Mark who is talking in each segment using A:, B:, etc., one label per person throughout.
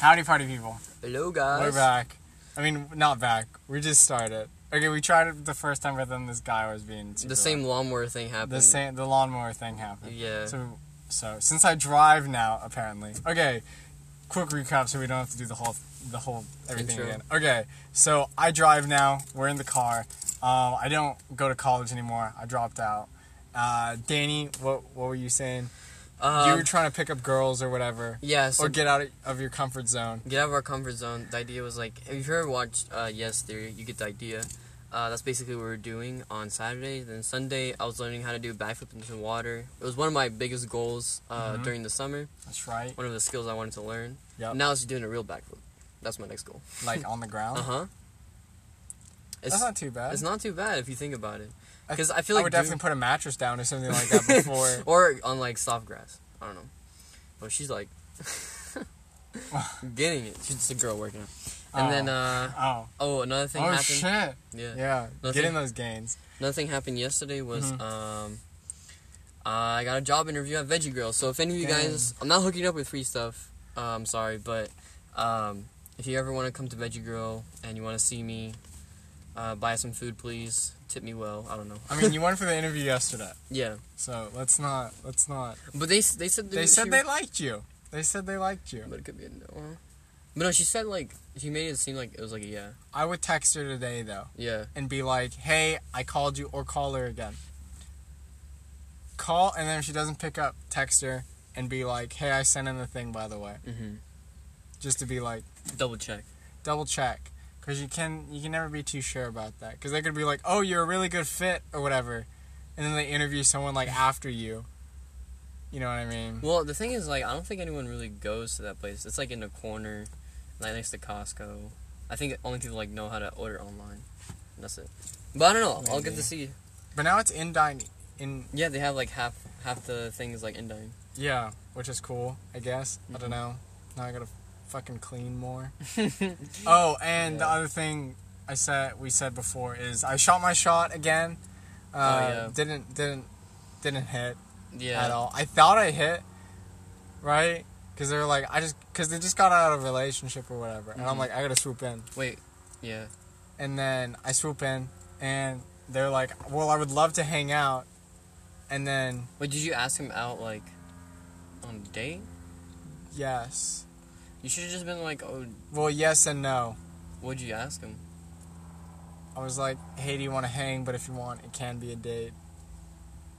A: Howdy, party people.
B: Hello, guys.
A: We're back. I mean, not back. We just started. Okay, we tried it the first time, but then this guy was being super
B: The same
A: loud.
B: lawnmower thing happened.
A: The same. The lawnmower thing happened.
B: Yeah.
A: So, so since I drive now, apparently. Okay. Quick recap, so we don't have to do the whole, the whole everything
B: Intro.
A: again. Okay. So I drive now. We're in the car. Um, I don't go to college anymore. I dropped out. Uh, Danny, what what were you saying? you
B: Um,
A: were trying to pick up girls or whatever,
B: yeah. So
A: or get out of your comfort zone.
B: get out of our comfort zone. The idea was like, if you've ever watched uh, Yes Theory, you get the idea. Uh, that's basically what we were doing on Saturday. Then Sunday, I was learning how to do backflip into water. It was one of my biggest goals uh,
A: Mhm.
B: during the summer.
A: That's right.
B: One of the skills I wanted to learn.
A: Yep.
B: Now it's just doing a real backflip. That's my next goal.
A: like on the ground.
B: Uh huh.
A: That's
B: It's
A: not too bad.
B: it's not too bad if you think about it.
A: I-
B: 'cause I feel
A: I
B: like
A: would
B: doing-
A: definitely put a mattress down or something like that before.
B: or on like soft grass. I don't know. But she's like getting it. She's just a girl working. Out. And
A: Oh.
B: then uh
A: oh,
B: oh another thing
A: oh
B: happened.
A: shit!
B: Yeah.
A: Yeah,
B: Nothing-
A: getting those gains.
B: Another thing happened yesterday was
A: Mhm.
B: um I got a job interview at Veggie Grill. So if any of you
A: Dang.
B: guys I'm not hooking up with free stuff. Uh, I'm sorry, but um if you ever want to come to Veggie Grill and you want to see me uh, buy some food, please. Tip me well. I don't know.
A: I mean, you went for the interview yesterday,
B: yeah,
A: so let's not let's not.
B: but they s- they said
A: They
B: she-
A: said they liked you. They said they liked you.
B: But it could be a no. huh? But no, she said like she made it seem like it was like a yeah,
A: I would text her today though
B: yeah.
A: and be like, "Hey, I called you," or call her again. Call and then if she doesn't pick up, text her and be like, "Hey, I sent in the thing by the way,"
B: Mm-hmm.
A: just to be like.
B: Double check.
A: double check because you can you can never be too sure about that because they could be like oh you're a really good fit or whatever and then they interview someone like after you you know what i mean
B: Well, the thing is like I don't think anyone really goes to that place. It's like in a corner, like next to Costco. I think only people like know how to order online. And That's it. But I don't know. I'll get
A: Maybe.
B: to see.
A: but now it's in dining in
B: Yeah, they have like half half the things like in dine.
A: yeah which is cool i guess i don't
B: Mhm.
A: know now i gotta fucking clean more
B: Uh,
A: oh and the
B: Yeah.
A: other thing i said we said before is i shot my shot again uh,
B: Oh, yeah.
A: didn't didn't didn't hit
B: yeah.
A: at all. I thought I hit, right? Because they were like, I just, because they just got out of a relationship or whatever. And I'm
B: Mhm.
A: like, I gotta swoop in.
B: Wait. Yeah.
A: And then I swoop in, and they're like, well, I would love to hang out. And then,
B: Wait. Did you ask him out like on a date?
A: yes.
B: You should have just been like, oh,
A: Well, yes and no.
B: what'd you ask him?
A: I was like, hey, do you wanna hang? But if you want, it can be a date.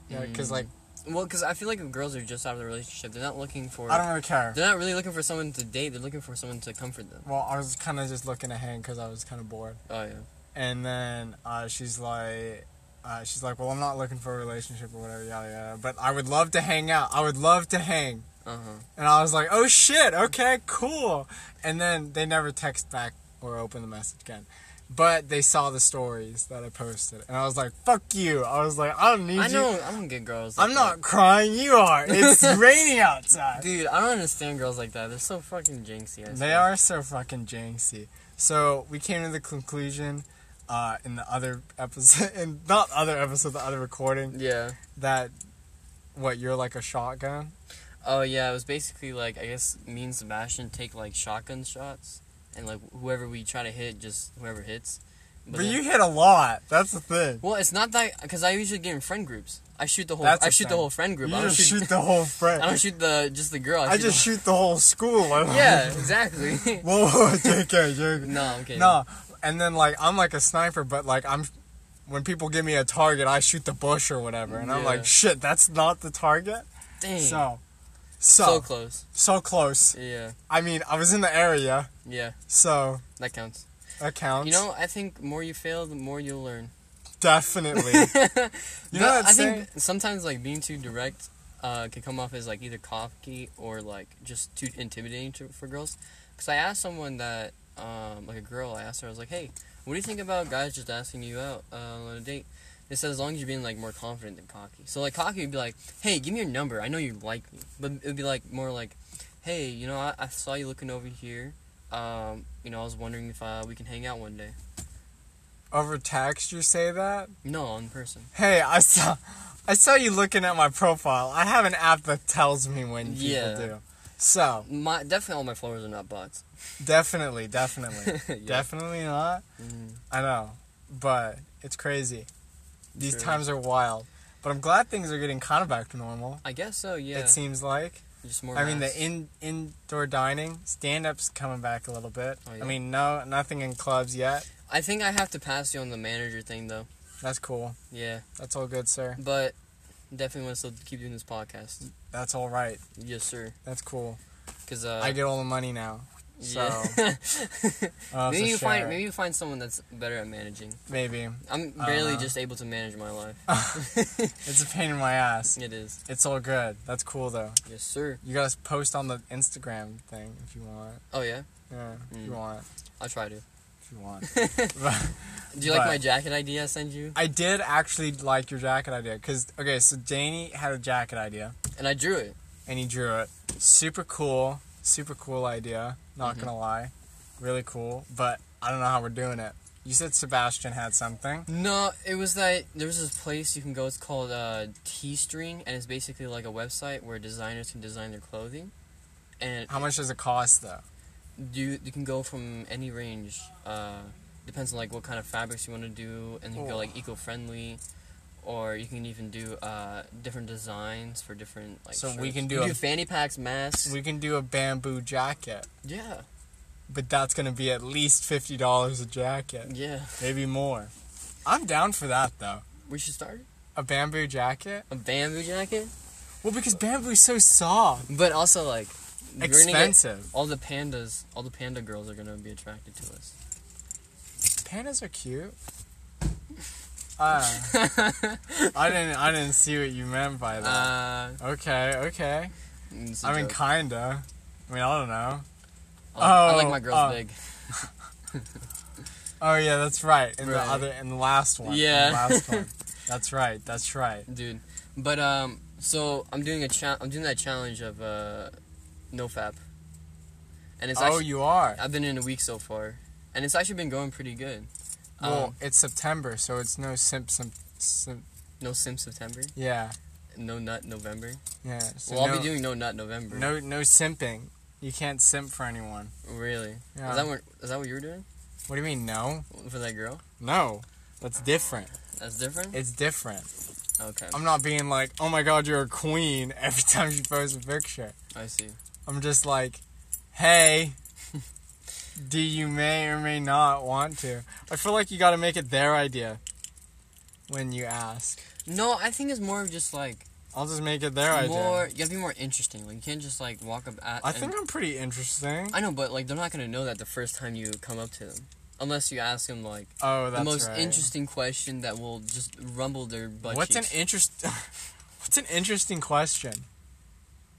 A: Yeah, because,
B: Mm.
A: like,
B: Well, because I feel like if girls are just out of the relationship, they're not looking for.
A: I don't really care.
B: They're not really looking for someone to date. They're looking for someone to comfort them.
A: Well, I was kind of just looking to hang because I was kind of bored.
B: Oh yeah.
A: And then uh, she's like, uh, she's like, well, I'm not looking for a relationship or whatever, yada yada. But I would love to hang out. I would love to hang.
B: Uh
A: And I was like, oh shit, okay, cool. And then they never text back or open the message again. But they saw the stories that I posted, and I was like, fuck you. I was like, I don't need
B: huh. I
A: you.
B: know. I don't get girls. Like
A: I'm not crying. You are. It's raining outside.
B: That. Dude, I don't understand girls like that. They're so fucking jinxy. I
A: They
B: swear.
A: are so fucking janky. So we came to the conclusion uh, in the other episode, in not other episode, the other recording,
B: Yeah.
A: that what you're like a shotgun.
B: Oh yeah. It was basically like I guess me and Sebastian take like shotgun shots, and like whoever we try to hit, just whoever hits.
A: But,
B: then-
A: you hit a lot. That's the thing.
B: Well, it's not that because I usually get in friend groups. I shoot the whole.
A: That's
B: I
A: a
B: shoot the
A: thing.
B: whole friend group.
A: You
B: I don't
A: just shoot, the whole friend.
B: I don't shoot the just the girl. I,
A: I
B: shoot the-
A: just shoot the whole school.
B: yeah, exactly.
A: Whoa, whoa, JK, JK.
B: no, I'm kidding.
A: No, and then like I'm like a sniper, but like I'm, when people give me a target, I shoot the bush or whatever, and I'm
B: Yeah.
A: like, shit, that's not the target.
B: Dang.
A: So,
B: so
A: so,
B: close.
A: so close.
B: Yeah.
A: I mean, I was in the area,
B: Yeah.
A: so
B: That counts.
A: that counts.
B: You know, I think more you fail, the more you'll learn.
A: definitely. you know
B: But
A: that
B: I
A: saying?
B: think sometimes like being too direct uh, can come off as like either cocky or like just too intimidating to, for girls. Because I asked someone that, um, like a girl, I asked her, I was like, "Hey, what do you think about guys just asking you out uh, on a date?" They said as long as you're being like more confident than cocky. So like cocky would be like, "Hey, give me your number. I know you like me," but it would be like more like, "Hey, you know, I, I saw you looking over here. Um, you know, I was wondering if uh, we can hang out one day."
A: Over text, you say that.
B: No, in person.
A: Hey, I saw, I saw you looking at my profile. I have an app that tells me when people
B: Yeah.
A: do. So
B: My definitely all my followers are not bots.
A: definitely, definitely,
B: Yeah.
A: definitely not.
B: Mm.
A: I know, but it's crazy. These
B: True.
A: times are wild, but I'm glad things are getting kind of back to normal.
B: I guess so. Yeah.
A: It seems like.
B: just more.
A: I mean,
B: masks.
A: the in indoor dining stand up's coming back a little bit.
B: Oh, yeah?
A: I mean, no, nothing in clubs yet.
B: I think I have to pass you on the manager thing though.
A: That's cool.
B: Yeah,
A: That's all good, sir.
B: but definitely want to still keep doing this podcast.
A: That's all right.
B: Yes, sir.
A: That's cool.
B: Because uh,
A: I get all the money now.
B: yeah.
A: I'll have
B: maybe
A: to share
B: you find
A: it.
B: maybe you find someone that's better at managing.
A: maybe
B: I'm
A: I don't
B: barely
A: know.
B: just able to manage my life.
A: it's a pain in my ass.
B: It is.
A: It's all good. That's cool though.
B: Yes, sir.
A: You gotta post on the Instagram thing if you want.
B: Oh yeah,
A: Yeah, if you
B: Mm.
A: want.
B: I'll try to.
A: If you want. But-
B: Do you like
A: But-
B: my jacket idea I sent you?
A: I did actually like your jacket idea because okay, so Danny had a jacket idea.
B: And I drew it.
A: and he drew it. Super cool, super cool idea. Not
B: Mhm.
A: gonna lie, really cool. But I don't know how we're doing it. You said Sebastian had something.
B: No, it was that there was this place you can go. It's called uh, Teespring, and it's basically like a website where designers can design their clothing. And
A: How much does it cost though?
B: you you can go from any range. Uh, depends on like what kind of fabrics you want to do, and you can go
A: Oh.
B: like eco-friendly, or you can even do uh, different designs for different like.
A: So we
B: shirts.
A: can
B: You
A: do a-
B: fanny packs, masks.
A: We can do a bamboo jacket,
B: yeah,
A: but that's gonna be at least fifty dollars a jacket,
B: yeah.
A: maybe more. I'm down for that though.
B: We should start
A: A bamboo jacket?
B: a bamboo jacket,
A: Well, because bamboo's so soft,
B: but also like we're gonna get-
A: expensive.
B: all the pandas, all the panda girls are gonna be attracted to us.
A: Pandas are cute. Uh, I didn't. I didn't see what you meant by that.
B: Uh,
A: okay. Okay.
B: it's a
A: I mean,
B: joke.
A: kinda. I mean, I don't know.
B: I like
A: oh,
B: my girls
A: oh.
B: big.
A: Oh yeah, that's right. In the
B: Right.
A: other, in the last one. in
B: Yeah.
A: The last one. That's right. That's right.
B: dude. But um, so I'm doing a cha- I'm doing that challenge of uh, no fap, and it's
A: oh,
B: actually
A: you are.
B: I've been in a week so far, and it's actually been going pretty good. Um,
A: well, it's September, so it's no simp simp. simp
B: no sim September,
A: yeah.
B: no nut November.
A: Yeah. So
B: well,
A: no,
B: I'll be doing no nut November.
A: no no simping. You can't simp for anyone.
B: really.
A: Yeah.
B: Is that what is that what you were doing
A: what do you mean no?
B: for that girl?
A: No. That's different.
B: That's different.
A: It's different.
B: okay,
A: I'm not being like, oh my god, you're a queen every time you post a picture.
B: I see.
A: I'm just like, hey, do you may or may not want to? I feel like you got to make it their idea when you ask.
B: No, I think it's more of just like
A: I'll just make it their
B: more.
A: idea.
B: You gotta be more interesting. Like you can't just like walk up at.
A: I
B: and-
A: think I'm pretty interesting.
B: I know, but like they're not gonna know that the first time you come up to them, unless you ask them like
A: Oh, that's
B: the most
A: right.
B: interesting question that will just rumble their butt
A: What's an
B: cheeks.
A: interest? What's an interesting question?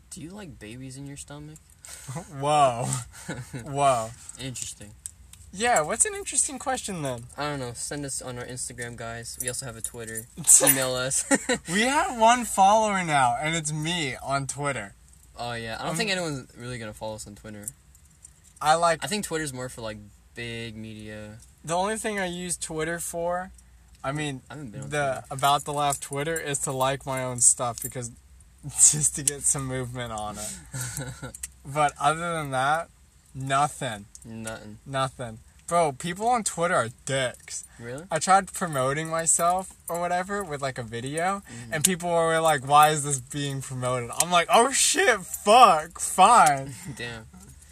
B: Do you like babies in your stomach?
A: Whoa, whoa.
B: Interesting.
A: Yeah, what's an interesting question then?
B: I don't know. Send us on our Instagram, guys. We also have a Twitter. Email us.
A: we have one follower now, and it's me on Twitter.
B: oh yeah, I don't
A: Um,
B: think anyone's really gonna follow us on Twitter.
A: I like
B: I think Twitter's more for like big media.
A: the only thing I use Twitter for. I mean,
B: I haven't been on
A: the about the left Twitter is to like my own stuff because just to get some movement on it. but other than that, nothing,
B: Twitter. Nothing
A: nothing. Bro, people on Twitter are dicks.
B: really.
A: I tried promoting myself or whatever with like a video,
B: Mm-hmm.
A: and people were like, "Why is this being promoted?" I'm like, "Oh shit, fuck, fine."
B: Damn.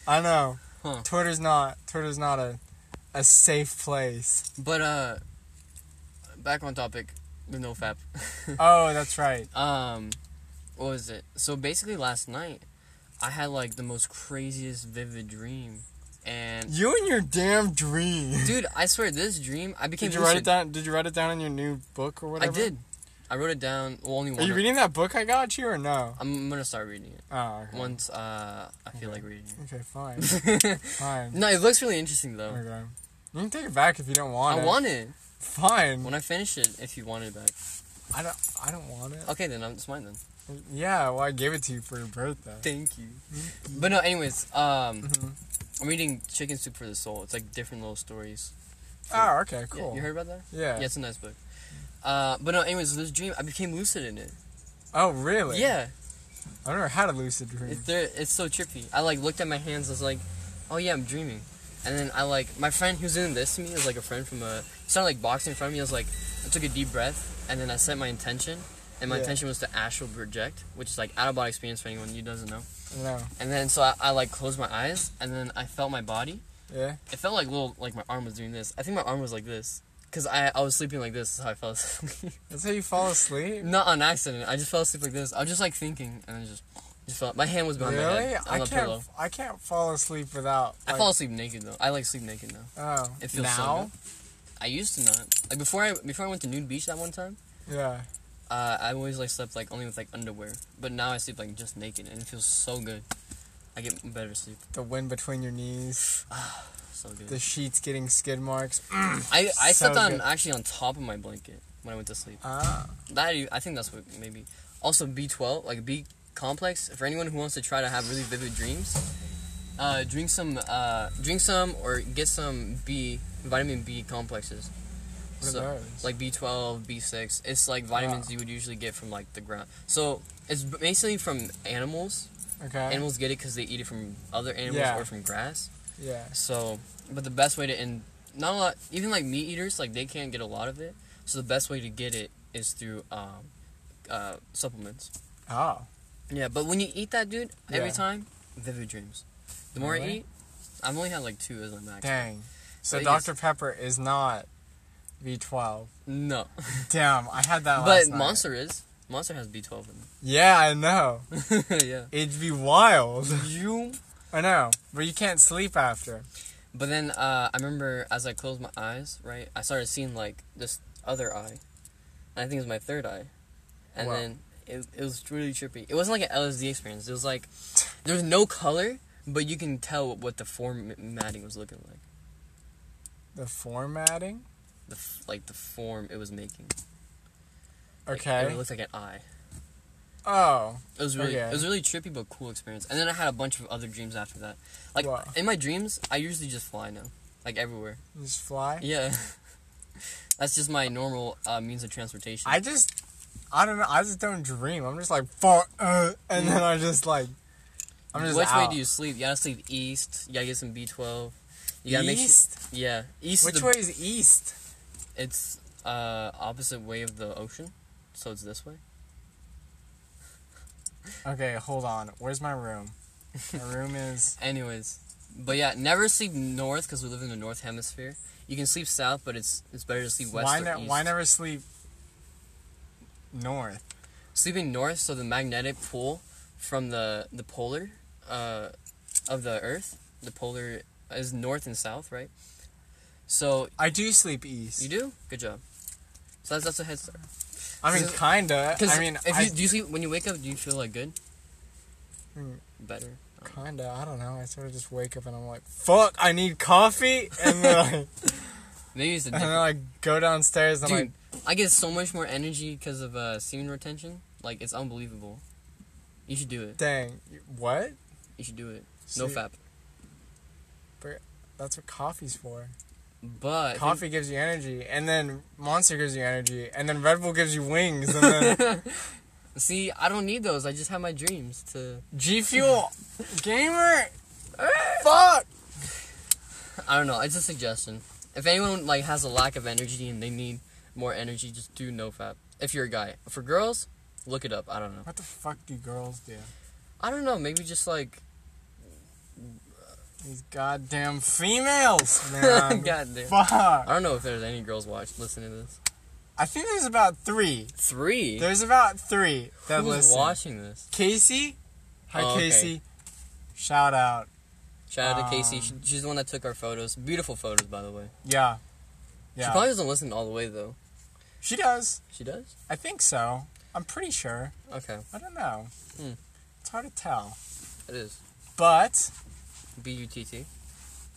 A: I know.
B: Huh.
A: Twitter's not Twitter's not a a safe place.
B: But uh, back on topic with no fap.
A: Oh, that's right.
B: um what was it so basically last night i had like the most craziest vivid dream and
A: You and your damn dream.
B: dude i swear this dream i became
A: Did you write it
B: lucid.
A: down? Did you write it down in your new book or
B: i
A: whatever?
B: did i wrote it down well only
A: Are
B: one
A: you
B: of-
A: reading that book I got you or no?
B: i'm gonna start reading it
A: Oh, okay.
B: once uh i feel
A: Okay.
B: like reading
A: Okay, fine,
B: it
A: fine.
B: no it looks really interesting though
A: Okay. You can take it back if you don't want
B: i
A: it.
B: want it
A: Fine.
B: when i finish it if you want it back
A: I don't. I don't want it.
B: okay then i'm it's mine then
A: Yeah. Well, I gave it to you for your birthday.
B: thank you but no anyways um
A: Mhm.
B: i'm reading chicken soup for the soul it's like different little stories
A: Oh, okay,
B: Yeah,
A: cool.
B: you heard about that
A: yeah.
B: Yeah, it's a nice book. Uh, but no, anyways, this dream I became lucid in it.
A: Oh, Mm-hmm. really?
B: Yeah,
A: I don't know how to lucid dream.
B: It, they're- it's so trippy. I like looked at my hands. I was like, oh yeah, I'm dreaming. And then I like my friend who's doing this to me is like a friend from a. He started like boxing in front of me. I was like, I took a deep breath and then I set my intention, and my
A: Yeah.
B: intention was to astral project, which is like out of body experience for anyone who doesn't know.
A: I don't know.
B: And then so I, I like closed my eyes and then I felt my body.
A: Yeah.
B: It felt like little like my arm was doing this. I think my arm was like this. Cause I, I was sleeping like this, is how I fell asleep.
A: That's how you fall asleep.
B: Not on accident. I just fell asleep like this. I was just like thinking, and then just just fell. My hand was behind my
A: really?
B: head on
A: I
B: the
A: can't.
B: pillow.
A: I can't fall asleep without.
B: I
A: Like,
B: fall asleep naked though. I like sleep naked now.
A: Oh.
B: It feels so
A: now.
B: I used to not. Like before I before I went to nude beach that one time,
A: yeah.
B: uh, I always like slept like only with like underwear. But now I sleep like just naked, and it feels so good. I get better sleep.
A: The wind between your knees.
B: So
A: The
B: good.
A: sheets getting skid marks. Mm,
B: I I
A: so
B: slept on
A: good.
B: actually on top of my blanket when I went to sleep.
A: Ah.
B: That e, I think that's what maybe. Also B twelve like B complex. For anyone who wants to try to have really vivid dreams, uh, drink some uh, drink some or get some B vitamin B complexes.
A: What
B: So-
A: are those?
B: like B12, B6. It's like vitamins you would usually get from like the ground. So it's basically from animals.
A: okay.
B: Animals get it because they eat it from other animals
A: Yeah.
B: or from grass.
A: yeah.
B: So, but the best way to and not a lot even like meat eaters like they can't get a lot of it. So the best way to get it is through um, uh, supplements.
A: Oh.
B: Yeah, but when you eat that, dude, every
A: Yeah.
B: time, vivid dreams. The more I
A: Really?
B: eat, I've only had like two as my max.
A: Dang. So
B: But it
A: Dr Pepper is not V12.
B: No,
A: Damn, I had that last
B: but
A: night.
B: Monster is. Monster has B12
A: Yeah, I know.
B: in it. yeah.
A: It'd be wild.
B: You
A: I know, but you can't sleep after.
B: But then uh, I remember as I closed my eyes, right, I started seeing like this other eye, and I think it was my third eye, and
A: Wow.
B: then it, it was really trippy. It wasn't like an LSD experience. It was like there was no color, but you can tell what, what the formatting was looking like,
A: The formatting.
B: the f- like the form it was making. Like,
A: Okay.
B: it looked like an eye.
A: oh,
B: It was really
A: Okay.
B: it was a really trippy but cool experience. And then I had a bunch of other dreams after that. Like
A: Wow.
B: in my dreams, I usually just fly now, like everywhere.
A: you just fly.
B: Yeah. That's just my normal uh, means of transportation.
A: I just, I don't know. I just don't dream. I'm just like far, uh, and then I just like, I'm just
B: Which
A: out.
B: way do you sleep? You gotta sleep east. You gotta get some B twelve. You gotta make sure.
A: east.
B: Yeah, east.
A: Which
B: is the,
A: way is east?
B: It's uh opposite way of the ocean, so it's this way.
A: Okay, hold on. Where's my room? My room is
B: Anyways, but yeah, never sleep north because we live in the north hemisphere. You can sleep south, but it's it's better to sleep west
A: why?
B: or
A: Ne-
B: east.
A: why never sleep north?
B: Sleeping north, so the magnetic pull from the the polar uh, of the Earth, the polar is north and south, right? So
A: I do sleep east.
B: you do good job. So that's that's a head start.
A: I mean,
B: Cause-
A: kinda.
B: Because
A: I mean,
B: if
A: I,
B: you, do you sleep when you wake up? Do you feel like good?
A: Hmm.
B: Better.
A: Kinda, I don't know. I sort of just wake up and I'm like, "Fuck, I need coffee," and then I, and
B: Maybe it's the
A: then
B: different.
A: I go downstairs. And
B: Dude,
A: I'm like,
B: I get so much more energy because of uh, semen retention. Like it's unbelievable. You should do it.
A: "Dang, you- what?"
B: You should do it. No
A: See,
B: fap.
A: That's what coffee's for.
B: But I think-
A: Coffee gives you energy, and then Monster gives you energy, and then Red Bull gives you wings, and then
B: see, I don't need those. I just have my dreams to.
A: G Fuel, gamer.
B: Ah.
A: Fuck.
B: I don't know. It's a suggestion. If anyone like has a lack of energy and they need more energy, just do no fap. If you're a guy. For girls, look it up. I don't know.
A: What the fuck do girls do?
B: I don't know. Maybe just like
A: These goddamn females, man.
B: goddamn.
A: Fuck.
B: I don't know if there's any girls watch listening to this.
A: I think there's about three.
B: Three.
A: There's about three that
B: Who's
A: listen.
B: watching this?
A: Casey. Hi,
B: Oh, okay.
A: Casey. Shout out.
B: Shout out to Casey.
A: Um,
B: She, she's the one that took our photos. Beautiful photos, by the way.
A: Yeah.
B: She
A: Yeah.
B: probably doesn't listen all the way though.
A: she does.
B: She does.
A: I think so. I'm pretty sure.
B: Okay,
A: I don't know.
B: Hmm.
A: It's hard to tell.
B: it is
A: But
B: B U T T.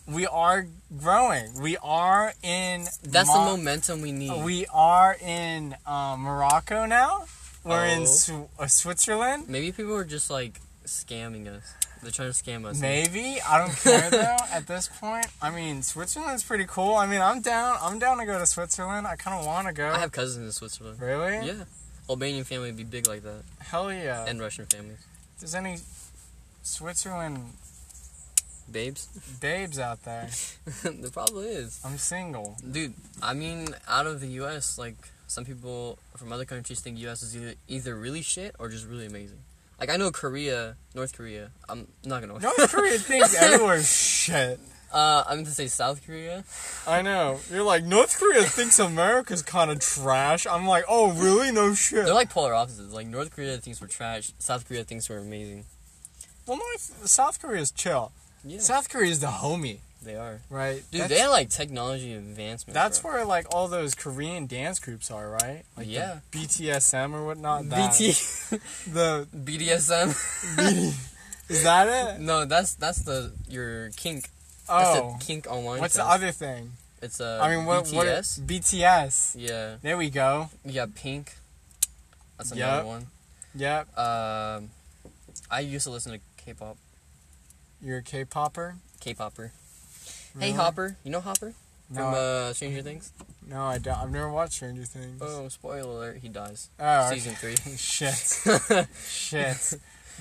A: we are growing. We are in.
B: That's
A: Mo-
B: the momentum we need.
A: We are in uh, Morocco now. We're
B: Oh.
A: in Sw- uh, Switzerland.
B: Maybe people are just like scamming us. They're trying to scam us.
A: Maybe I don't care though. At this point, I mean, Switzerland's pretty cool. I mean, I'm down. I'm down to go to Switzerland. I kind of want to go.
B: I have cousins in Switzerland.
A: really?
B: Yeah, Albanian family would be big like that,
A: Hell yeah.
B: and Russian families.
A: if there's any Switzerland
B: babes.
A: babes out there,
B: there probably is,
A: I'm single.
B: dude. I mean, out of the U.S., like some people from other countries think U.S. is either either really shit or just really amazing. Like I know Korea, North Korea. I'm not gonna.
A: North Korea thinks everyone's shit.
B: Uh, I'm gonna say South Korea.
A: I know. You're like, North Korea thinks America's kind of trash. I'm like, oh, really? No shit.
B: They're like polar opposites. Like North Korea thinks we're trash. South Korea thinks we're amazing.
A: well, North, South Korea's chill.
B: Yeah,
A: South Korea's the homie,
B: they are.
A: right?
B: Dude,
A: that's,
B: they have like technology advancement.
A: that's
B: bro.
A: where like all those Korean dance groups are, right? Like the
B: Yeah.
A: BTSM or whatnot. That,
B: BT
A: The
B: BDSM.
A: is that it?
B: no, that's that's the your kink. That's
A: Oh,
B: the kink online.
A: what's the
B: stuff.
A: other thing?
B: It's uh,
A: I mean, what
B: BTS.
A: what BTS?
B: Yeah,
A: There we go.
B: you got Pink. That's
A: Yep.
B: another one.
A: Yep,
B: Um, I used to listen to K-pop,
A: you're a K-popper.
B: K-popper.
A: Really?
B: Hey Hopper, you know Hopper
A: No,
B: from uh, Stranger Things?
A: no, I don't. I've never watched Stranger Things.
B: Oh, spoiler alert, he dies.
A: Oh,
B: Season three.
A: Shit. Shit.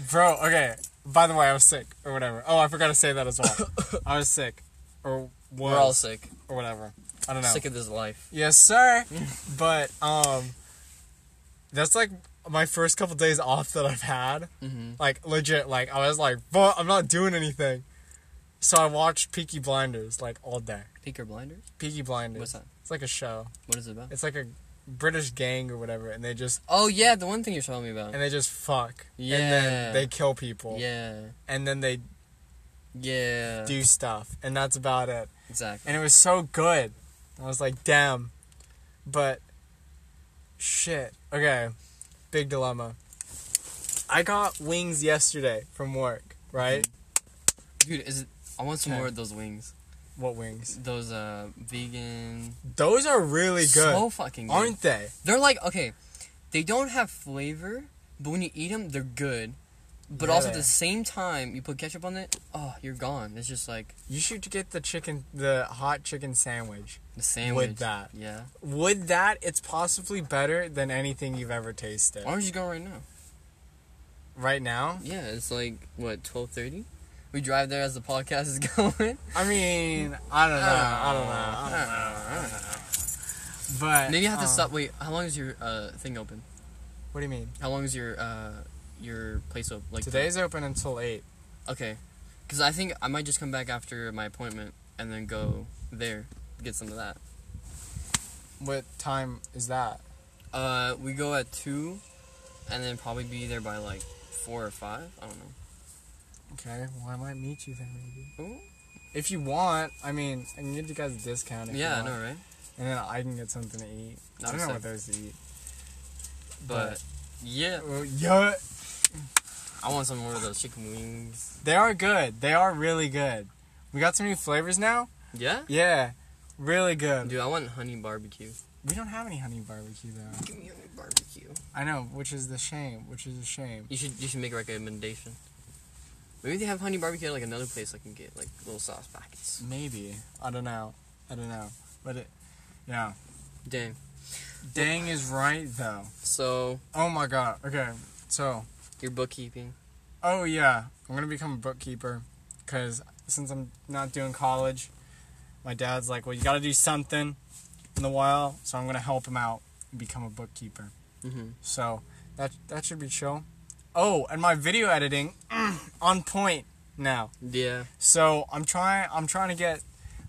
A: Bro, okay. By the way, I was sick or whatever. Oh, I forgot to say that as well. I was sick or was
B: We're all sick.
A: or whatever. I don't know.
B: Sick of this life.
A: Yes, sir. but um that's like my first couple days off that I've had.
B: Mm-hmm.
A: Like legit like I was like, "But I'm not doing anything." So I watched Peaky Blinders like all day.
B: Peaker Blinders.
A: Peaky Blinders.
B: What's that?
A: It's like a show.
B: What is it about?
A: It's like a British gang or whatever and they just
B: Oh yeah, the one thing you're telling me about.
A: and they just fuck. And
B: Yeah.
A: then they kill people.
B: Yeah, Uh-huh.
A: And then they
B: yeah.
A: do stuff, and that's about it.
B: Exactly.
A: And it was so good. I was like, damn. But shit. Okay. Big dilemma. I got wings yesterday from work, right?
B: Dude, is it? I want some
A: Okay.
B: more of those wings.
A: What wings?
B: Those uh vegan.
A: Those are really good.
B: So fucking good.
A: aren't they?
B: They're like okay, they don't have flavor, but when you eat them, they're good. But
A: Yeah,
B: also
A: they
B: at
A: are.
B: the same time, you put ketchup on it. Oh, you're gone. It's just like
A: You should get the chicken the hot chicken sandwich.
B: the sandwich.
A: that.
B: Yeah.
A: Would that it's possibly better than anything you've ever tasted.
B: Why don't you go right now?
A: Right now?
B: Yeah, it's like what twelve thirty. We drive there as the podcast is going.
A: I mean, I don't know. I don't know. I don't know.
B: Ah,
A: But
B: Maybe you have to
A: um,
B: stop. Wait, how long is your uh, thing open?
A: What do you mean?
B: How long is your uh, your place open? Like the-
A: Today's open until eight.
B: Okay, because I think I might just come back after my appointment and then go there get some of that.
A: What time is that?
B: Uh, we go at two, and then probably be there by like four or five. I don't know.
A: Okay, well I might meet you there maybe.
B: Ooh.
A: If you want, I mean, I can give you guys a discount. If you
B: yeah, I
A: want.
B: know, right?
A: And then I can get something to eat. I
B: Not
A: don't
B: a
A: know what
B: sec.
A: there's to eat.
B: But yeah,
A: Well, yeah,
B: I want some more of those chicken wings.
A: they are good. They are really good. We got some new flavors now.
B: Yeah.
A: Yeah, really good.
B: Dude, I want honey barbecue.
A: We don't have any honey barbecue though.
B: Give me honey barbecue.
A: I know, which is the shame. Which is a shame.
B: You should you should make a recommendation. Maybe they have honey barbecue at like another place I can get like little sauce packets.
A: Maybe I don't know. I don't know. But it, yeah.
B: Dang.
A: Dang is right though.
B: So
A: Oh my god. Okay. So,
B: your bookkeeping.
A: oh yeah, I'm going to become a bookkeeper cuz since I'm not doing college, my dad's like, "Well, you got to do something in the while." So, I'm going to help him out and become a bookkeeper.
B: Mm-hmm.
A: So, that that should be chill. Oh, and my video editing on point now.
B: Yeah.
A: So, I'm trying I'm trying to get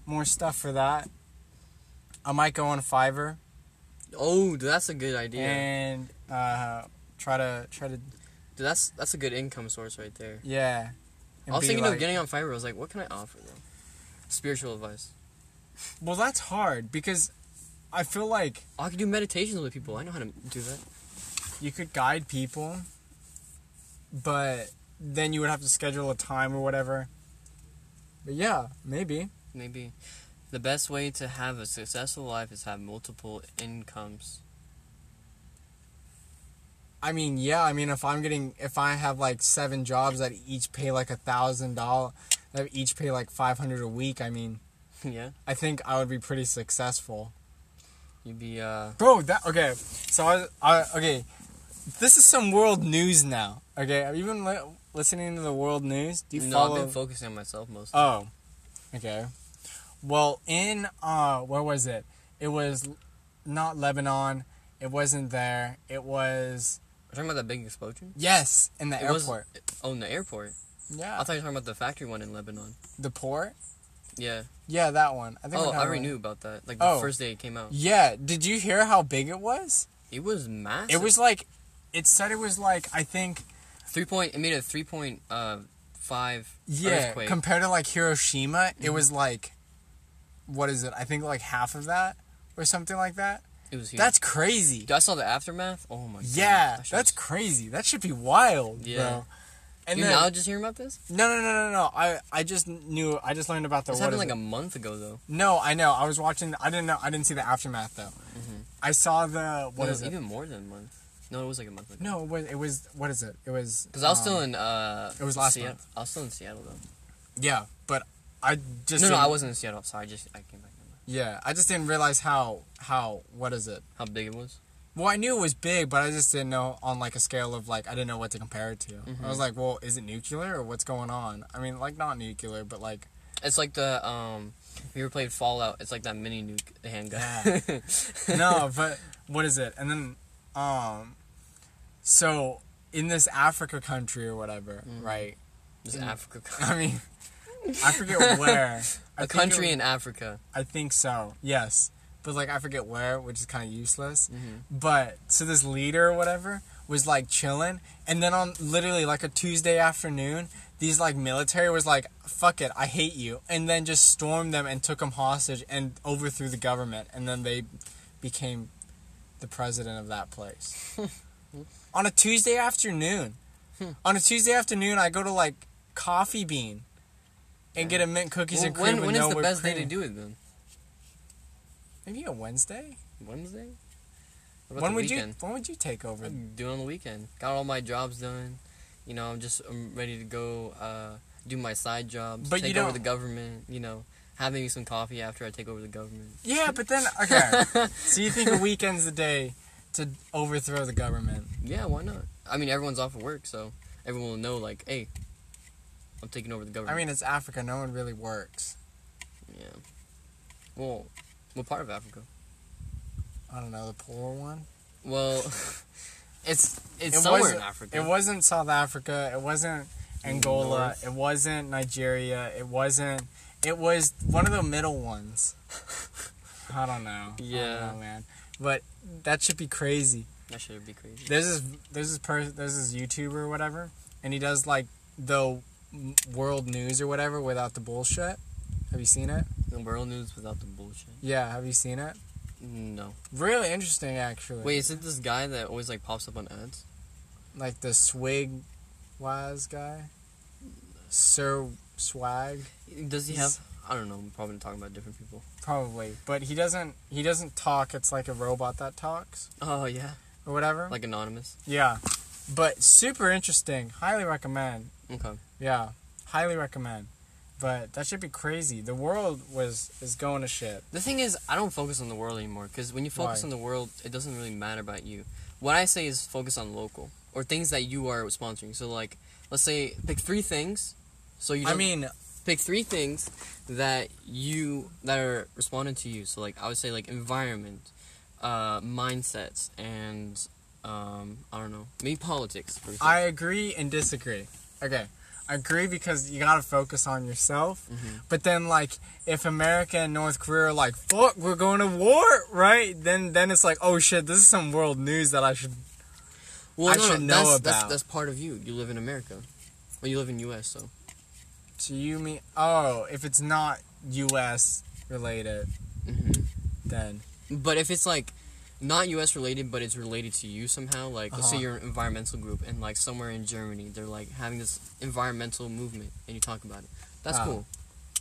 A: more stuff for that. I might go on Fiverr
B: Oh, dude, that's a good idea.
A: and uh, try to try to
B: Dude, that's that's a good income source right there.
A: yeah. and
B: I was
A: be
B: thinking
A: like-
B: of getting on Fiverr. I was like, what can I offer them? Spiritual advice.
A: Well, that's hard because I feel like
B: Oh, I could do meditations with people. I know how to do that.
A: you could guide people, but then you would have to schedule a time or whatever. But yeah, maybe.
B: Maybe the best way to have a successful life is have multiple incomes.
A: I mean, yeah. I mean, if I'm getting, if I have like seven jobs that each pay like a thousand dollars, that each pay like five hundred a week. I mean,
B: yeah,
A: I think I would be pretty successful,
B: you'd be uh
A: bro. That okay. So I, I okay. this is some world news now. Okay, I've even li- listening to the world news. Do you
B: no,
A: follow?
B: I've been focusing on myself most.
A: Oh, okay. Well, in uh, where was it? It was not Lebanon. It wasn't there. It was
B: We're talking about that big explosion.
A: yes in the
B: It was-
A: airport.
B: Oh, in the airport.
A: yeah,
B: I thought you were talking about the factory one in Lebanon.
A: the port.
B: Yeah.
A: Yeah, that one. I think.
B: Oh,
A: we're
B: I
A: talking
B: already
A: about-
B: knew about that. Like the
A: Oh.
B: first day it came out,
A: Yeah, did you hear how big it was?
B: it was massive.
A: It was like, it said it was like I think
B: three point. It made a three point uh, five
A: yeah
B: earthquake. Mm-hmm.
A: compared to like Hiroshima, it was like, what is it? I think like half of that or something like that.
B: it was huge.
A: That's crazy.
B: Dude, I saw the aftermath. Oh my. goodness.
A: Yeah,
B: That shit
A: that's
B: was-
A: crazy. That should be wild,
B: Yeah.
A: bro. And
B: you
A: then,
B: now just hearing about this?
A: no, no, no, no, no. I, I just knew. I just learned about the.
B: This
A: What
B: happened
A: is
B: like
A: it?
B: a month ago though.
A: no, I know. I was watching. I didn't know. I didn't see the aftermath though. I saw the what
B: Mm-hmm. no,
A: is it?
B: Even more than a month. No, it was like a month ago.
A: No, it was, it was what is it? It was
B: Because I was
A: um,
B: still in. Uh,
A: it was last
B: Seattle.
A: month.
B: I was still in Seattle though.
A: Yeah, but I just
B: no, no,
A: didn't-
B: I wasn't in Seattle. Sorry, I just I came back.
A: Yeah, I just didn't realize how how what is it?
B: How big it was?
A: Well, I knew it was big, but I just didn't know on like a scale of like I didn't know what to compare it to.
B: Mhm.
A: I was like, well, is it nuclear or what's going on? I mean, like not nuclear, but like
B: It's like the um. If you ever played Fallout, it's like that mini nuke handgun.
A: Yeah. no, but what is it? And then, um, so in this Africa country or whatever,
B: Mhm.
A: right?
B: Just
A: Mm.
B: Africa.
A: I mean, I forget where. I
B: a
A: think
B: country
A: it-
B: in Africa.
A: I think so. Yes, but like I forget where, which is kind of useless.
B: Mhm.
A: But so this leader or whatever was like chilling, and then on literally like a Tuesday afternoon, these like military was like, "Fuck it, I hate you," and then just stormed them and took them hostage and overthrew the government, and then they became the president of that place on a Tuesday afternoon.
B: Hmm.
A: on a Tuesday afternoon, I go to like Coffee Bean. And get a mint cookies
B: Well,
A: and cream.
B: when
A: with
B: when is
A: no
B: the
A: whipped
B: best day to
A: cream.
B: do it then?
A: Maybe a Wednesday.
B: Wednesday. What about
A: When
B: the
A: would
B: weekend?
A: you? When would you take over?
B: I'm doing on the weekend. Got all my jobs done. You know, I'm just I'm ready to go uh, do my side jobs.
A: But you
B: take over
A: don't-
B: the government. You know, have maybe some coffee after I take over the government.
A: Yeah, but then okay. so you think a weekend's the day to overthrow the government?
B: Yeah, why not? I mean, everyone's off of work, so everyone will know. Like, hey, I'm taking over the
A: I
B: government.
A: mean, it's Africa. No one really works.
B: yeah. Well, what part of Africa?
A: I don't know the poor one.
B: Well, it's it's
A: It
B: somewhere
A: was-
B: in Africa.
A: It wasn't South Africa. It wasn't Angola.
B: North.
A: It wasn't Nigeria. It wasn't. It was one of the middle ones. I don't know. I
B: Yeah.
A: don't know, man. But that should be crazy.
B: that should be crazy.
A: there's this there's this person there's this YouTuber or whatever, and he does like the m- world news or whatever without the bullshit. Have you seen it?
B: The world news without the bullshit.
A: Yeah, have you seen it?
B: No.
A: Really interesting, actually.
B: Wait, is it this guy that always like pops up on ads?
A: like the swig wise guy, Sir Swag,
B: Does he
A: He's-
B: have? I don't know. I'm probably talking about different people.
A: probably. But he doesn't he doesn't talk. It's like a robot that talks
B: Oh yeah,
A: or whatever.
B: like anonymous.
A: yeah, but super interesting. Highly recommend.
B: Okay.
A: Yeah, highly recommend. But that should be crazy. The world was is going to shit.
B: The thing is, I don't focus on the world anymore because when you focus
A: Why?
B: on the world, it doesn't really matter about you. What I say is focus on local or things that you are sponsoring. So like, let's say pick three things. So you.
A: I
B: Don't,
A: mean,
B: pick three things that you that are responding to you. So like I would say like environment, uh, mindsets, and um, I don't know, maybe politics. For
A: I agree and disagree. Okay. I agree because you got to focus on yourself.
B: Mhm.
A: But then like if America and North Korea are like, "Fuck, we're going to war," right? Then then it's like, "Oh shit, this is some world news that I should
B: well,
A: I should know
B: that's,
A: about.
B: That's, that's part of you. You live in America. Well, you live in U.S. So
A: to you mean oh, if it's not US related,
B: Mhm.
A: then
B: But if it's like not U.S. related, but it's related to you somehow, like let's say
A: Uh-huh.
B: you're an environmental group, and like somewhere in Germany, they're like having this environmental movement, and you talk about it. That's
A: Ah.
B: cool.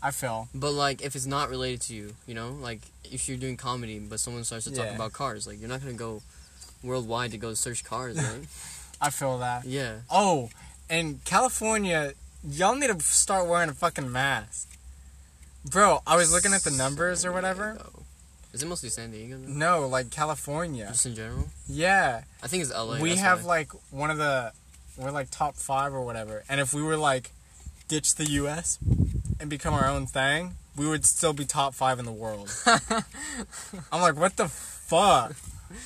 A: I feel
B: But like, if it's not related to you, you know, like if you're doing comedy, but someone starts to talk
A: Yeah.
B: about cars, like you're not gonna go worldwide to go search cars, right?
A: I feel that.
B: yeah.
A: Oh, in California, y'all need to start wearing a fucking mask. Bro, I was looking at the numbers or whatever.
B: Is Is it mostly San Diego? though?
A: No, like California.
B: Just in general.
A: Yeah.
B: I think it's LA.
A: we
B: that's
A: have
B: why.
A: like one of the we're like top five or whatever. And if we were like ditch the US and become our own thing, we would still be top five in the world. I'm like, what the fuck?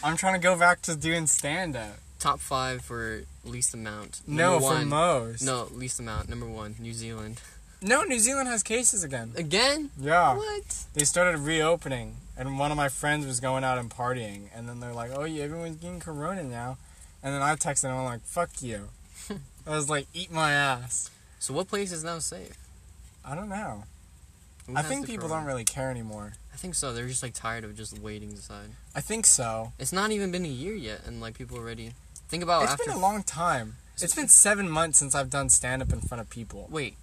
A: I'm trying to go back to doing stand up.
B: top five for least amount.
A: No,
B: Number
A: for
B: one,
A: most.
B: No, least amount. Number one, New Zealand.
A: No, New Zealand has cases again.
B: Again?
A: Yeah.
B: What?
A: They started reopening and one of my friends was going out and partying and then they're like, Oh yeah, everyone's getting corona now and then I texted him, I'm like, Fuck you. I was like, Eat my ass.
B: So what place is now safe?
A: I don't know.
B: Who
A: I
B: has
A: think
B: the
A: people
B: corona?
A: don't really care anymore.
B: I think so. They're just like tired of just waiting aside.
A: I think so.
B: It's not even been a year yet, and like people already think about
A: it's
B: Oh, after.
A: been a long time.
B: So-
A: It's been seven months since I've done stand up in front of people.
B: Wait.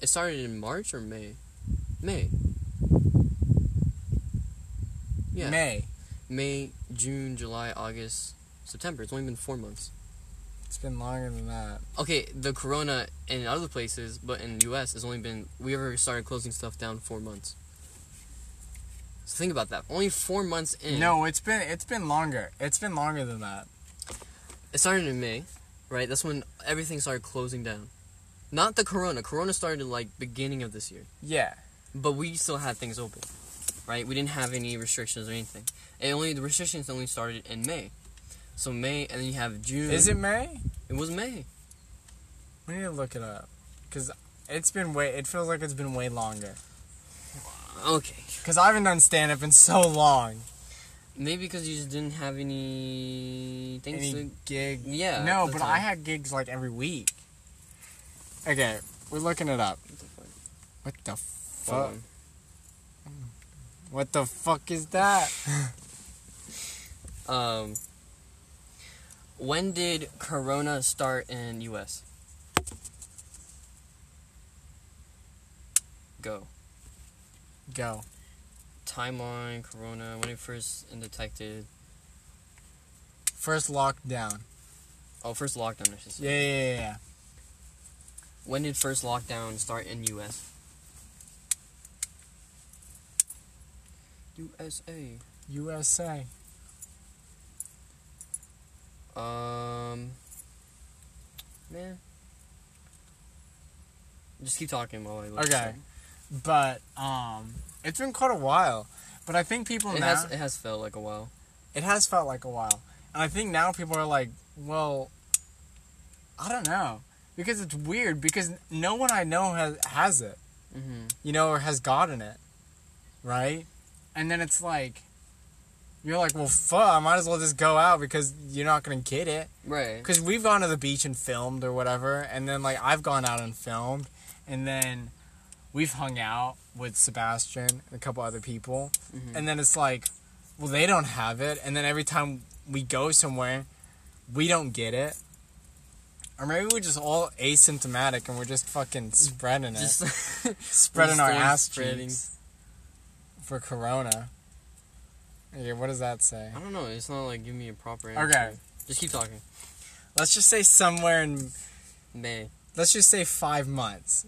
B: It started in March or May? May. Yeah.
A: May.
B: May, June, July, August, September. It's only been four months.
A: It's been longer than that.
B: Okay, the corona in other places, but in the US, has only been. We ever started closing stuff down four months. So think about that. Only four months in.
A: No, it's been it's been longer. It's been longer than that.
B: It started in May, right? That's when everything started closing down. Not the corona. Corona started like beginning of this year.
A: Yeah.
B: but we still had things open, right? We didn't have any restrictions or anything. It only the restrictions only started in May, so May, and then you have June.
A: Is it May?
B: It was May.
A: We need to look it up because it's been way. It feels like it's been way longer
B: Okay,
A: because I haven't done stand up in so long.
B: maybe because you just didn't have any things.
A: Any
B: to,
A: gig?
B: yeah.
A: no,
B: that's
A: but
B: all.
A: I had gigs like every week. Okay, we're looking it up.
B: What
A: What the
B: the fuck? Hold
A: fuck?
B: on.
A: What the fuck is that?
B: Um. When did Corona start in U.S.? Go.
A: Go.
B: Timeline, Corona, when it first detected.
A: First lockdown.
B: Oh, first lockdown, I should say.
A: Yeah, yeah, yeah, yeah.
B: When did first lockdown start in U.S.? USA.
A: USA.
B: Um. Man. Just keep talking while I look.
A: Okay. But um, it's been quite a while. But I think people
B: It
A: now
B: has it has felt like a while.
A: it has felt like a while, and I think now people are like, well, I don't know, because it's weird because no one I know has has it,
B: Mm-hmm.
A: you know, or has gotten it, right? And then it's like, you're like, well, fuck, I might as well just go out because you're not gonna get it.
B: Right.
A: because we've gone to the beach and filmed or whatever, and then like I've gone out and filmed, and then we've hung out with Sebastian and a couple other people,
B: Mhm.
A: and then it's like, well, they don't have it, and then every time we go somewhere, we don't get it. Or maybe we're just all asymptomatic and we're just fucking spreading it,
B: Mm. Just
A: spreading our
B: We're
A: ass
B: spreading.
A: cheeks for corona. Okay, what does that say?
B: I don't know. It's not like giving me a proper answer.
A: Okay,
B: Just keep talking.
A: let's just say somewhere in
B: May
A: let's just say five months.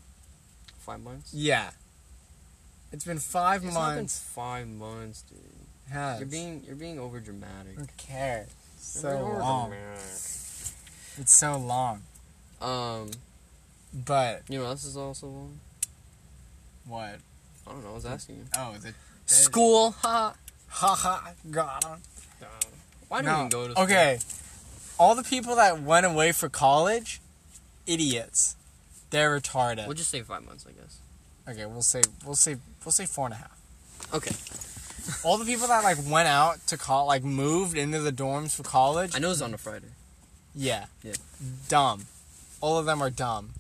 B: five months.
A: Yeah. It's been five
B: It's not been
A: months.
B: five months, dude.
A: Has.
B: You're being you're being over dramatic.
A: Who cares? So
B: You're
A: long.
B: overdramatic.
A: It's so long.
B: Um.
A: But
B: You know, what else is also long.
A: what?
B: I don't know. I was asking you.
A: Oh, the
B: School. Ha.
A: Ha ha. Got him.
B: Why do
A: No.
B: we even go to school?
A: Okay. All the people that went away for college, idiots. They're retarded.
B: We'll just say five months, I guess.
A: okay, we'll say we'll say we'll say four and a half.
B: Okay.
A: All the people that like went out to call like moved into the dorms for college.
B: I know it's on a Friday.
A: Yeah.
B: Yeah.
A: Dumb. All of them are dumb.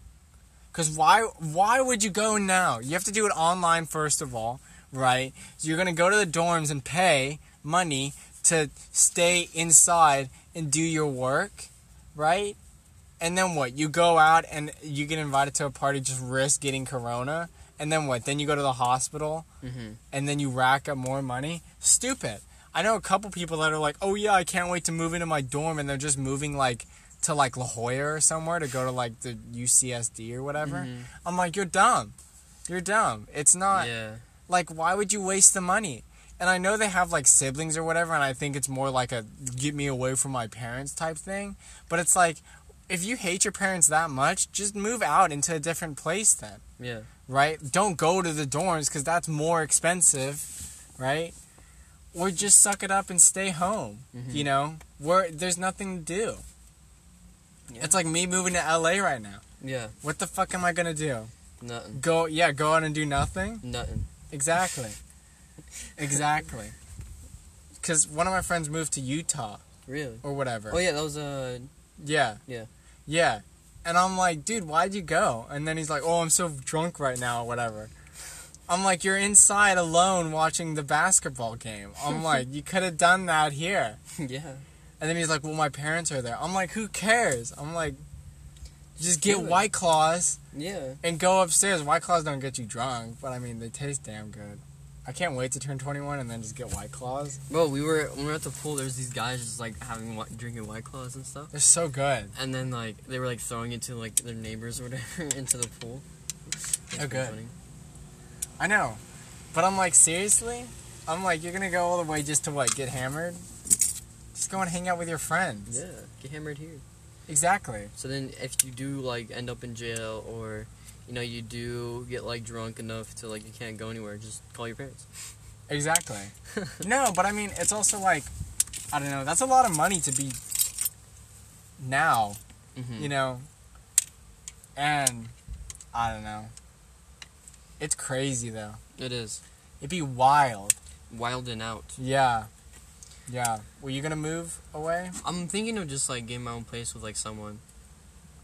A: Cause why why would you go now? You have to do it online first of all, right? So you're gonna go to the dorms and pay money to stay inside and do your work, right? And then what? You go out and you get invited to a party, just risk getting corona, and then what? Then you go to the hospital
B: Mm-hmm.
A: and then you rack up more money. Stupid. I know a couple people that are like, "Oh yeah, I can't wait to move into my dorm," and they're just moving like to like La Jolla or somewhere to go to like
B: Mm-hmm.
A: the UCSD or whatever. I'm like, "You're dumb. You're dumb. It's not
B: Yeah.
A: Like, why would you waste the money? And I know they have like siblings or whatever, and I think it's more like a get me away from my parents type thing. But it's like, if you hate your parents that much, just move out into a different place then,
B: Yeah.
A: right? Don't go to the dorms because that's more expensive, right? Or just suck it up and stay home.
B: Mhm.
A: You know, where there's nothing to do.
B: Yeah.
A: It's like me moving to LA right now.
B: Yeah.
A: What the fuck am I gonna do?
B: Nothing.
A: Go, yeah, go out and do nothing.
B: Nothing.
A: Exactly. exactly. Because one of my friends moved to Utah
B: Really.
A: or whatever.
B: Oh yeah, that was uh
A: Yeah.
B: Yeah.
A: Yeah. And I'm like, dude, why'd you go? And then he's like, oh, I'm so drunk right now or whatever. I'm like, you're inside alone watching the basketball game. I'm like, you could have done that here.
B: yeah.
A: And then he's like, well, my parents are there. I'm like, who cares? I'm like, just get
B: do it.
A: White Claws
B: Yeah.
A: and go upstairs. White Claws don't get you drunk, but I mean, they taste damn good. I can't wait to turn 21 and then just get White Claws.
B: Bro, we were when we were at the pool. There was these guys just like having whi- drinking white claws and stuff,
A: They're so good.
B: and then like they were like throwing it to like their neighbors or whatever into the pool. That's
A: Oh,
B: pretty
A: good. I know. But I'm like, seriously? I'm like, you're gonna go all the way just to what, get hammered? Just go and hang out with your friends.
B: Yeah, get hammered here.
A: Exactly.
B: So then, if you do like end up in jail or, you know, you do get like drunk enough to like you can't go anywhere, just call your parents.
A: Exactly. no, but I mean it's also like I don't know, that's a lot of money to be now,
B: Mm-hmm.
A: you know. And I don't know. It's crazy though.
B: it is
A: It'd be wild.
B: wild and out.
A: Yeah. Yeah. Were you gonna move away?
B: I'm thinking of just like getting my own place with like someone.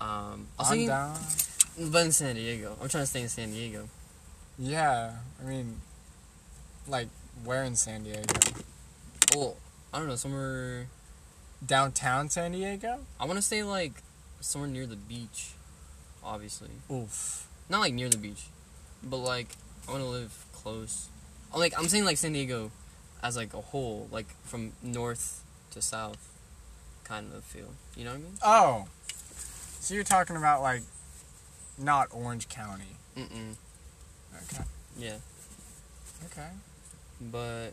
B: Um, I
A: I'm
B: was thinking,
A: down.
B: but in San Diego, I'm trying to stay in San Diego.
A: Yeah, I mean, like where in San Diego?
B: Oh, I don't know, somewhere
A: Downtown San Diego?
B: I want to say like somewhere near the beach, obviously.
A: Oof.
B: Not like near the beach, but like I want to live close. I'm like I'm saying like San Diego, as like a whole, like from north to south, kind of feel. You know what
A: Oh, so you're talking about like not Orange County?
B: I mean? Mm mm.
A: Okay.
B: Yeah,
A: Okay.
B: but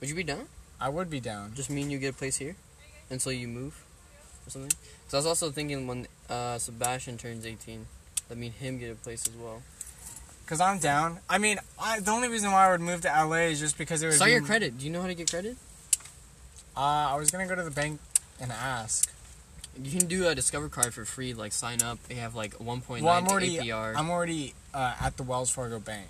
B: would you be down?
A: I would be down.
B: Just mean you get a place here, until you move, or something. Cause I was also thinking when uh, Sebastian turns 18, that mean him get a place as well.
A: Cause I'm down. I mean, I, the only reason why I would move to LA is just because it was.
B: Saw your credit. Do you know how to get credit?
A: Uh, I was gonna go to the bank and ask.
B: You can do a Discover card for free. Like sign up. They have like 1.9
A: Well, I'm already-
B: APR.
A: I'm already uh, at the Wells Fargo Bank,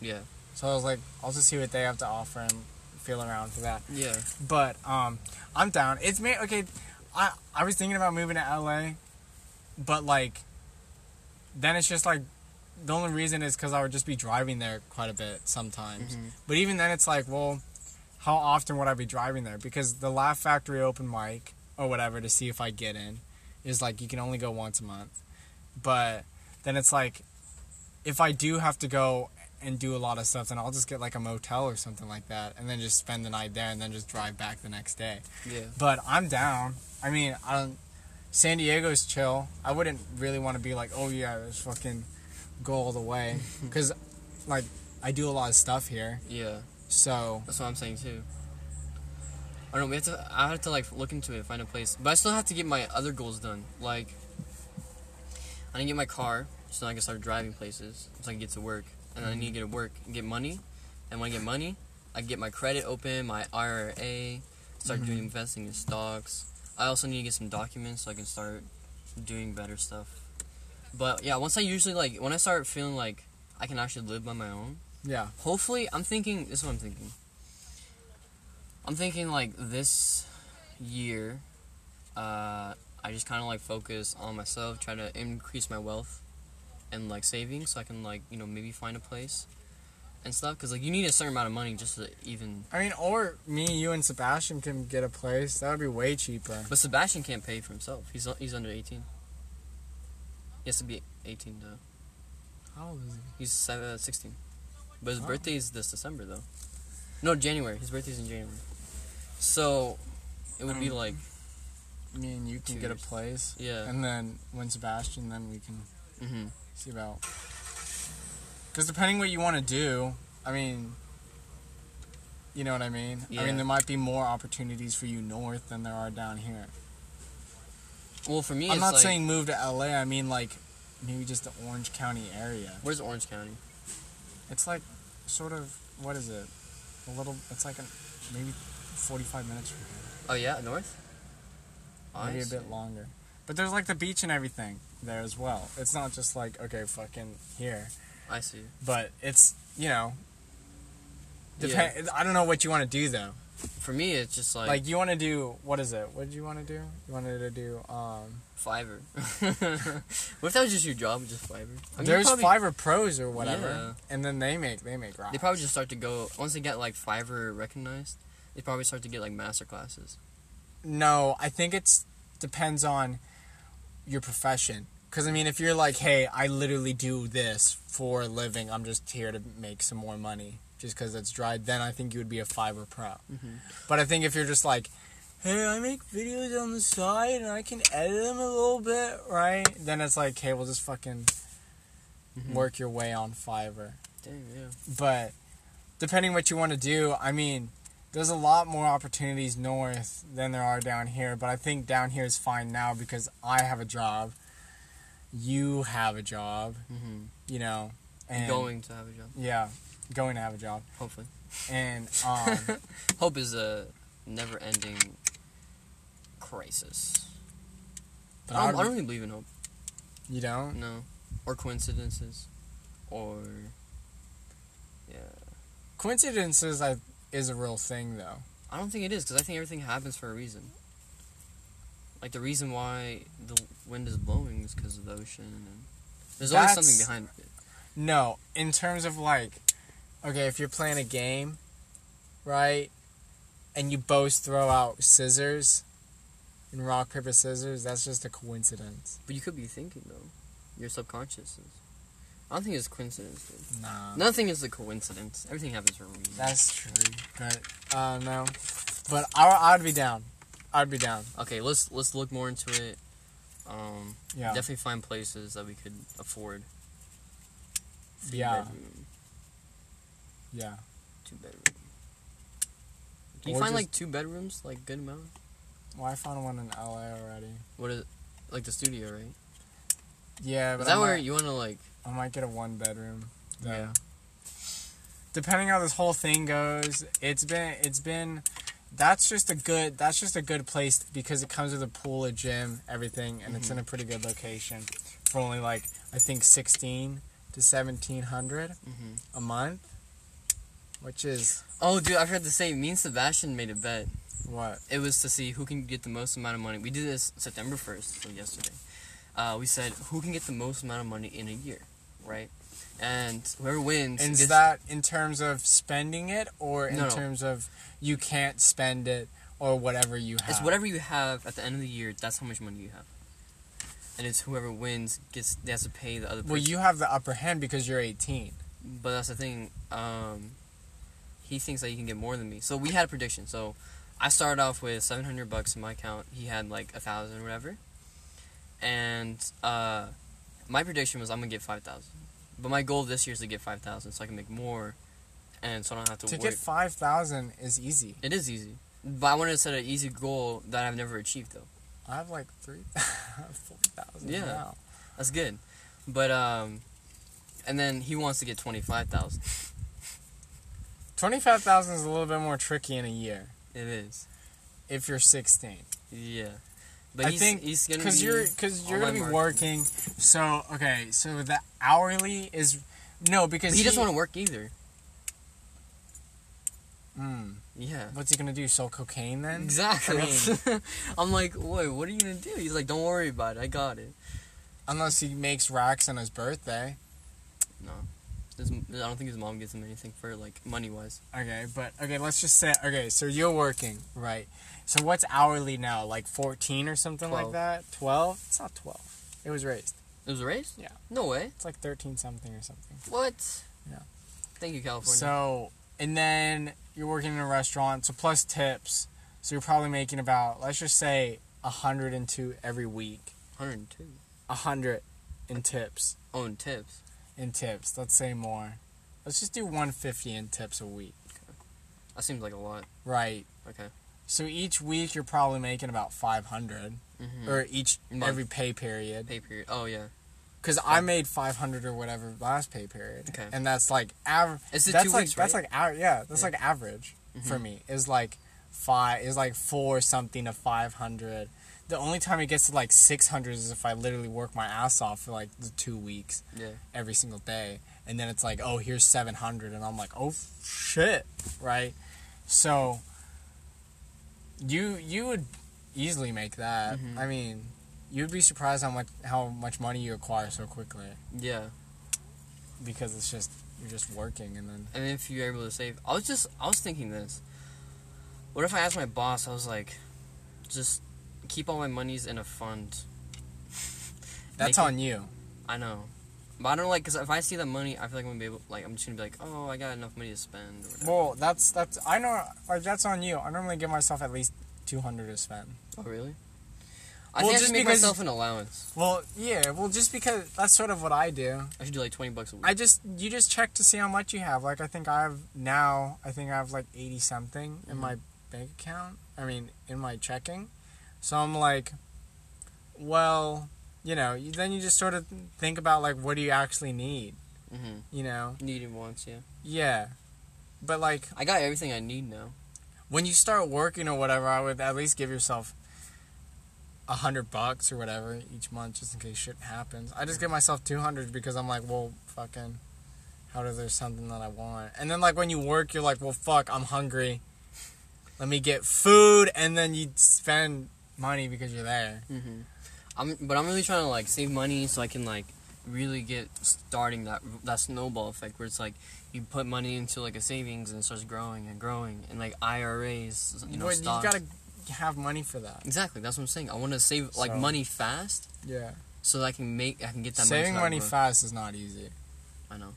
B: yeah,
A: so I was like, I'll just see what they have to offer and feel around for that.
B: yeah.
A: But um, I'm down. It's me. Okay, I I was thinking about moving to LA, but like, then it's just like, the only reason is because I would just be driving there quite a bit sometimes.
B: Mhm.
A: But even then, it's like, well, how often would I be driving there? Because the Laugh Factory open mic or whatever to see if I get in is like you can only go once a month. But then it's like, if I do have to go and do a lot of stuff, then I'll just get like a motel or something like that, and then just spend the night there, and then just drive back the next day.
B: Yeah.
A: But I'm down. I mean, I don't. San Diego's chill. I wouldn't really want to be like, oh yeah, let's fucking go all the way, because like I do a lot of stuff here.
B: Yeah.
A: So
B: That's what I'm saying too. I don't know. We have to. I have to like look into it, find a place. But I still have to get my other goals done. Like, I need to get my car so I can start driving places so I can get to work. And I need to get to work, and get money. And when I get money, I get my credit open, my IRA, start doing investing in stocks. I also need to get some documents so I can start doing better stuff. But yeah, once I usually like when I start feeling like I can actually live by my own,
A: yeah,
B: Hopefully, I'm thinking. This is what I'm thinking. I'm thinking like this year, uh, I just kind of like focus on myself, try to increase my wealth and like savings, so I can like you know maybe find a place and stuff. Cause like you need a certain amount of money just to even.
A: I mean, or me, you, and Sebastian can get a place. That would be way cheaper.
B: But Sebastian can't pay for himself. He's he's under 18. He has to be 18 though.
A: How old is he?
B: He's se- uh, 16. But his
A: Oh.
B: birthday is this December, though. No, January. His birthday's in January. So, it would be
A: Um,
B: like,
A: Me and you can
B: Two
A: get a
B: years.
A: place,
B: yeah.
A: and then when Sebastian, then we can
B: hmm
A: see about. Because depending what you want to do, I mean, you know what I mean? I
B: Yeah.
A: mean, there might be more opportunities for you north than there are down here.
B: Well, for me,
A: I'm
B: it's
A: not
B: like,
A: saying move to LA. I mean, like, maybe just the Orange County area.
B: where's Orange County?
A: It's like, sort of, what is it? A little, it's like an, maybe 45 minutes from here.
B: Oh yeah, north.
A: Maybe a
B: Honestly.
A: bit longer. But there's like the beach and everything there as well. It's not just like, okay, fucking here.
B: I see.
A: But it's, you know,
B: Yeah.
A: depend- I don't know what you want to do though.
B: For me, it's just like,
A: Like, you want to do, what is it? What did you want to do? You wanted to do, um,
B: Fiverr. what if that was just your job, just Fiverr? I mean,
A: there's
B: probably-
A: Fiverr Pros or whatever.
B: Yeah.
A: And then they make, they make rocks.
B: They probably just start to go once they get like Fiverr recognized. They probably start to get like master classes.
A: No, I think it's depends on your profession. Because I mean, if you're like, hey, I literally do this for a living, I'm just here to make some more money, just because it's dry. Then I think you would be a fiber pro. But I think if you're just like, hey, I make videos on the side and I can edit them a little bit, right? Then it's like, hey, we'll just fucking work your way on Fiverr
B: Dang, yeah.
A: but depending what you want to do, I mean, there's a lot more opportunities north than there are down here. But I think down here is fine now because I have a job, you have a job,
B: Mm-hmm.
A: you know, and
B: going to have a job,
A: yeah, going to have a job,
B: hopefully.
A: and um,
B: Hope is a never-ending crisis.
A: but
B: I
A: I
B: don't, I
A: would-
B: don't really believe in hope.
A: you don't.
B: No, or coincidences, or yeah.
A: Coincidences I, is a real thing though.
B: I don't think it is because I think everything happens for a reason. Like the reason why the wind is blowing is because of the ocean. And there's always something
A: That's-
B: behind it.
A: No, in terms of like, okay, if you're playing a game, right, and you both throw out scissors and rock, paper, scissors, that's just a coincidence.
B: But you could be thinking though. Your subconscious is. I don't think it's coincidence. Dude.
A: Nah.
B: Nothing is a coincidence. Everything happens for a reason.
A: That's true. But, uh, no. But I, I'd be down. I'd be down.
B: okay, let's let's look more into it. Um,
A: Yeah.
B: definitely find places that we could afford. Three
A: Yeah.
B: bedroom,
A: Yeah.
B: two bedroom. Do you
A: Or
B: find
A: just-
B: like two bedrooms, like good amount?
A: Well, I found one in LA already.
B: What is like the studio, right?
A: Yeah, but
B: Is that
A: I,
B: where
A: might,
B: you want to like?
A: I might get a one bedroom. though.
B: Yeah.
A: depending how this whole thing goes, it's been it's been that's just a good that's just a good place because it comes with a pool, a gym, everything, and
B: Mm-hmm.
A: it's in a pretty good location for only like I think sixteen to seventeen hundred
B: hmm
A: a month, which is
B: Oh, dude, I forgot to say. Me and Sebastian made a bet.
A: what
B: it was to see who can get the most amount of money. We did this September 1st, so yesterday. Uh, we said who can get the most amount of money in a year, right? And whoever wins
A: and is
B: gets-
A: that in terms of spending it or in
B: No, no.
A: terms of you can't spend it or whatever you have.
B: it's whatever you have at the end of the year. That's how much money you have. And it's whoever wins gets they has to pay the other person.
A: Well, you have the upper hand because you're eighteen.
B: But that's the thing. Um, he thinks that he can get more than me. So we had a prediction. So I started off with seven hundred bucks in my account. He had like a thousand, whatever. And uh, my prediction was I'm gonna get five thousand. But my goal this year is to get five thousand, so I can make more, and so I don't have to,
A: To
B: work.
A: get five thousand is easy.
B: it is easy. But I wanted to set an easy goal that I've never achieved though.
A: I have like three, four thousand.
B: Yeah.
A: now.
B: That's good. But um, and then he wants to get twenty five thousand.
A: Twenty-five thousand is a little bit more tricky in a year
B: It is.
A: if you're sixteen.
B: Yeah. But
A: I
B: he's,
A: think
B: he's gonna
A: because
B: be
A: you're because you're gonna be
B: online marketing.
A: working. So okay, so the hourly is no because
B: But he doesn't want to work either.
A: Mm,
B: Yeah.
A: what's he gonna do? Sell cocaine then?
B: Exactly.
A: I mean-
B: I'm like, wait, what are you gonna do? He's like, don't worry about it. I got it.
A: Unless he makes racks on his birthday.
B: No, his, I don't think his mom gives him anything for like money wise.
A: Okay, but okay, let's just say okay. So you're working, right? So what's hourly now? Like fourteen or something
B: Twelve.
A: like that? Twelve? It's not twelve. It was raised.
B: It was raised.
A: Yeah.
B: No way.
A: It's like thirteen something or something.
B: What?
A: Yeah.
B: Thank you, California.
A: So, and then you're working in a restaurant, so plus tips. So you're probably making about, let's just say, 102 every week.
B: 102
A: 100 in tips.
B: own Oh, tips.
A: In tips. Let's say more. Let's just do 150 in tips a week.
B: That seems like a lot.
A: Right.
B: Okay.
A: So each week you're probably making about 500
B: Mm-hmm.
A: or each
B: Month.
A: every pay period.
B: pay period. Oh yeah.
A: Cuz I made 500 or whatever last pay period.
B: Okay.
A: And that's like average
B: Is it
A: that's
B: two
A: like
B: weeks?
A: that's
B: right?
A: like aver- yeah, that's
B: Yeah.
A: like average for
B: Mhm.
A: me. Is like 5 is like 4 something to 500. The only time it gets to like 600 is if I literally work my ass off for like the 2 weeks
B: Mm-hmm. Yeah.
A: every single day and then it's like oh here's 700 and i'm like oh shit right so you you would easily make that
B: Mhm.
A: i mean you'd be surprised how much how much money you acquire so quickly
B: Yeah.
A: because it's just you're just working and then
B: and if you're able to save i was just i was thinking this what if i asked my boss i was like just keep all my monies in a fund
A: that's
B: Make it-
A: on you
B: i know but i don't like because if i see that money i feel like i'm gonna be able like i'm just gonna be like oh i got enough money to spend or whatever.
A: well that's that's i know like that's on you i normally give myself at least 200 to spend
B: oh really
A: Well,
B: i think i
A: just
B: should make
A: because-
B: myself an allowance
A: well yeah well just because that's sort of what i do
B: i should do like 20 bucks a week
A: I just you just check to see how much you have. Like I think I have now. I think I have like eighty something in
B: Mhm.
A: my bank account. I mean, in my checking. So I'm like, well, you know. You, then you just sort of think about like what do you actually need.
B: mm-hmm.
A: You know.
B: needed once yeah
A: Yeah. But like
B: i got everything i need now
A: when you start working or whatever, I would at least give yourself a hundred bucks or whatever each month just in case shit happens. I just give myself two hundred because I'm like, well, fucking, how does there's something that I want? And then like when you work, you're like, well, fuck, I'm hungry. Let me get food, and then you spend money because you're there.
B: mm-hmm. i'm but i'm really trying to like save money so i can like really get starting that that snowball effect where it's like you put money into like a savings and it starts growing and growing and like IRAs, you know,
A: Well, you
B: stocks.
A: gotta have money for that.
B: exactly. That's what I'm saying. I want to save like
A: So-
B: money fast
A: Yeah,
B: so that I can make I can get that
A: saving
B: money.
A: money
B: fast.
A: fast is not easy
B: I know.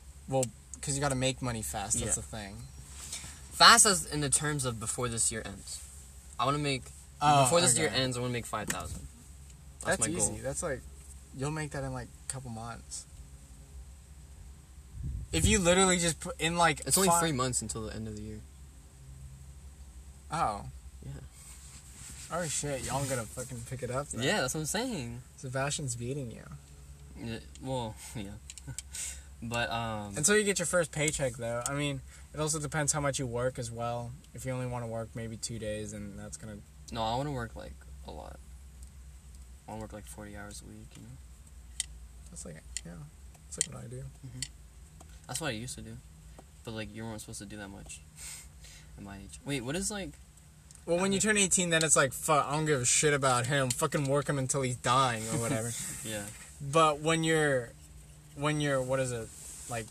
A: because you gotta make money fast. That's
B: Yeah.
A: the thing.
B: Fast as in the terms of before this year ends. I want to make before this year
A: Oh, okay.
B: ends. I want to make five thousand.
A: That's,
B: That's, my
A: easy.
B: goal.
A: That's like you'll make that in like a couple months. If you literally just put in like
B: It's only
A: fi-
B: three months until the end of the year.
A: Oh.
B: Yeah.
A: Oh shit, y'all gonna fucking pick it up then.
B: Yeah, that's what I'm saying.
A: Sebastian's beating you.
B: Yeah, well, yeah. but um,
A: Until you get your first paycheck though. I mean, it also depends how much you work as well. If you only want to work maybe two days and that's gonna
B: no, I want to work like a lot. I want to work like forty hours a week. You know,
A: that's like yeah. That's like what I do.
B: that's what I used to do. But like, you weren't supposed to do that much at my age. Wait, what is like?
A: Well, when you turn 18, then it's like, fuck, I don't give a shit about him. Fucking work him until he's dying or whatever.
B: Yeah,
A: But when you're, when you're, what is it, like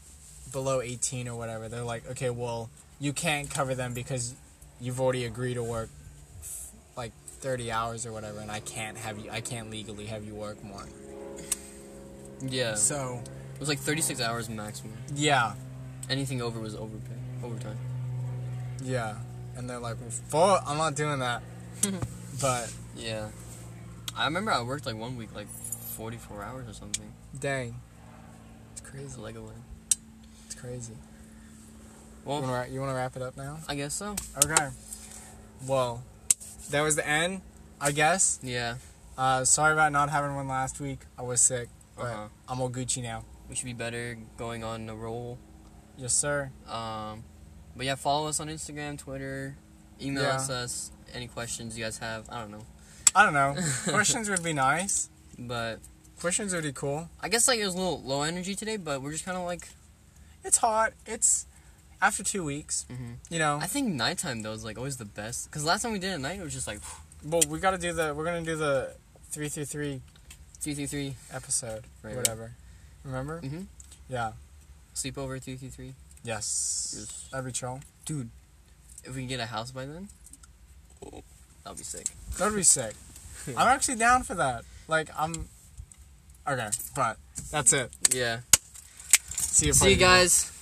A: below 18 or whatever, they're like, okay, well, you can't cover them because you've already agreed to work like 30 hours or whatever, and I can't have you, I can't legally have you work more.
B: yeah.
A: So,
B: It was like thirty-six hours maximum.
A: yeah,
B: Anything over was overpay, overtime.
A: yeah. And they're like, well, fuck, I'm not doing that. but,
B: Yeah, I remember I worked like one week, like forty-four hours or something.
A: dang. It's crazy.
B: It's a Lego one.
A: It's crazy. You
B: Well,
A: wanna, ra- you wanna wrap it up now?
B: I guess so.
A: Okay. Well, that was the end, I guess.
B: Yeah.
A: Uh, sorry about not having one last week. I was sick, but
B: Uh-huh.
A: I'm all Gucci now.
B: We should be better going on the roll.
A: Yes, sir.
B: Um, but yeah, follow us on Instagram, Twitter, email
A: Yeah.
B: us, us any questions you guys have. I don't know,
A: I don't know. Questions would be nice.
B: but
A: Questions would be cool.
B: I guess like it was a little low energy today, but we're just kind of like,
A: It's hot. It's after two weeks.
B: Mhm.
A: You know.
B: I think nighttime though is like always the best because last time we did it at night it was just like
A: well, we got to do the. We're gonna do the three three three
B: three three three
A: episode.
B: Right, right.
A: Whatever. Remember?
B: Mhm.
A: Yeah.
B: sleepover three three three.
A: Yes.
B: Yes.
A: That'd be chill.
B: Dude, if we can get a house by then, oh, that'll be sick.
A: That'd be sick. I'm actually down for that. Like I'm. Okay, but that's it.
B: Yeah.
A: See you.
B: See you
A: Party People.
B: guys.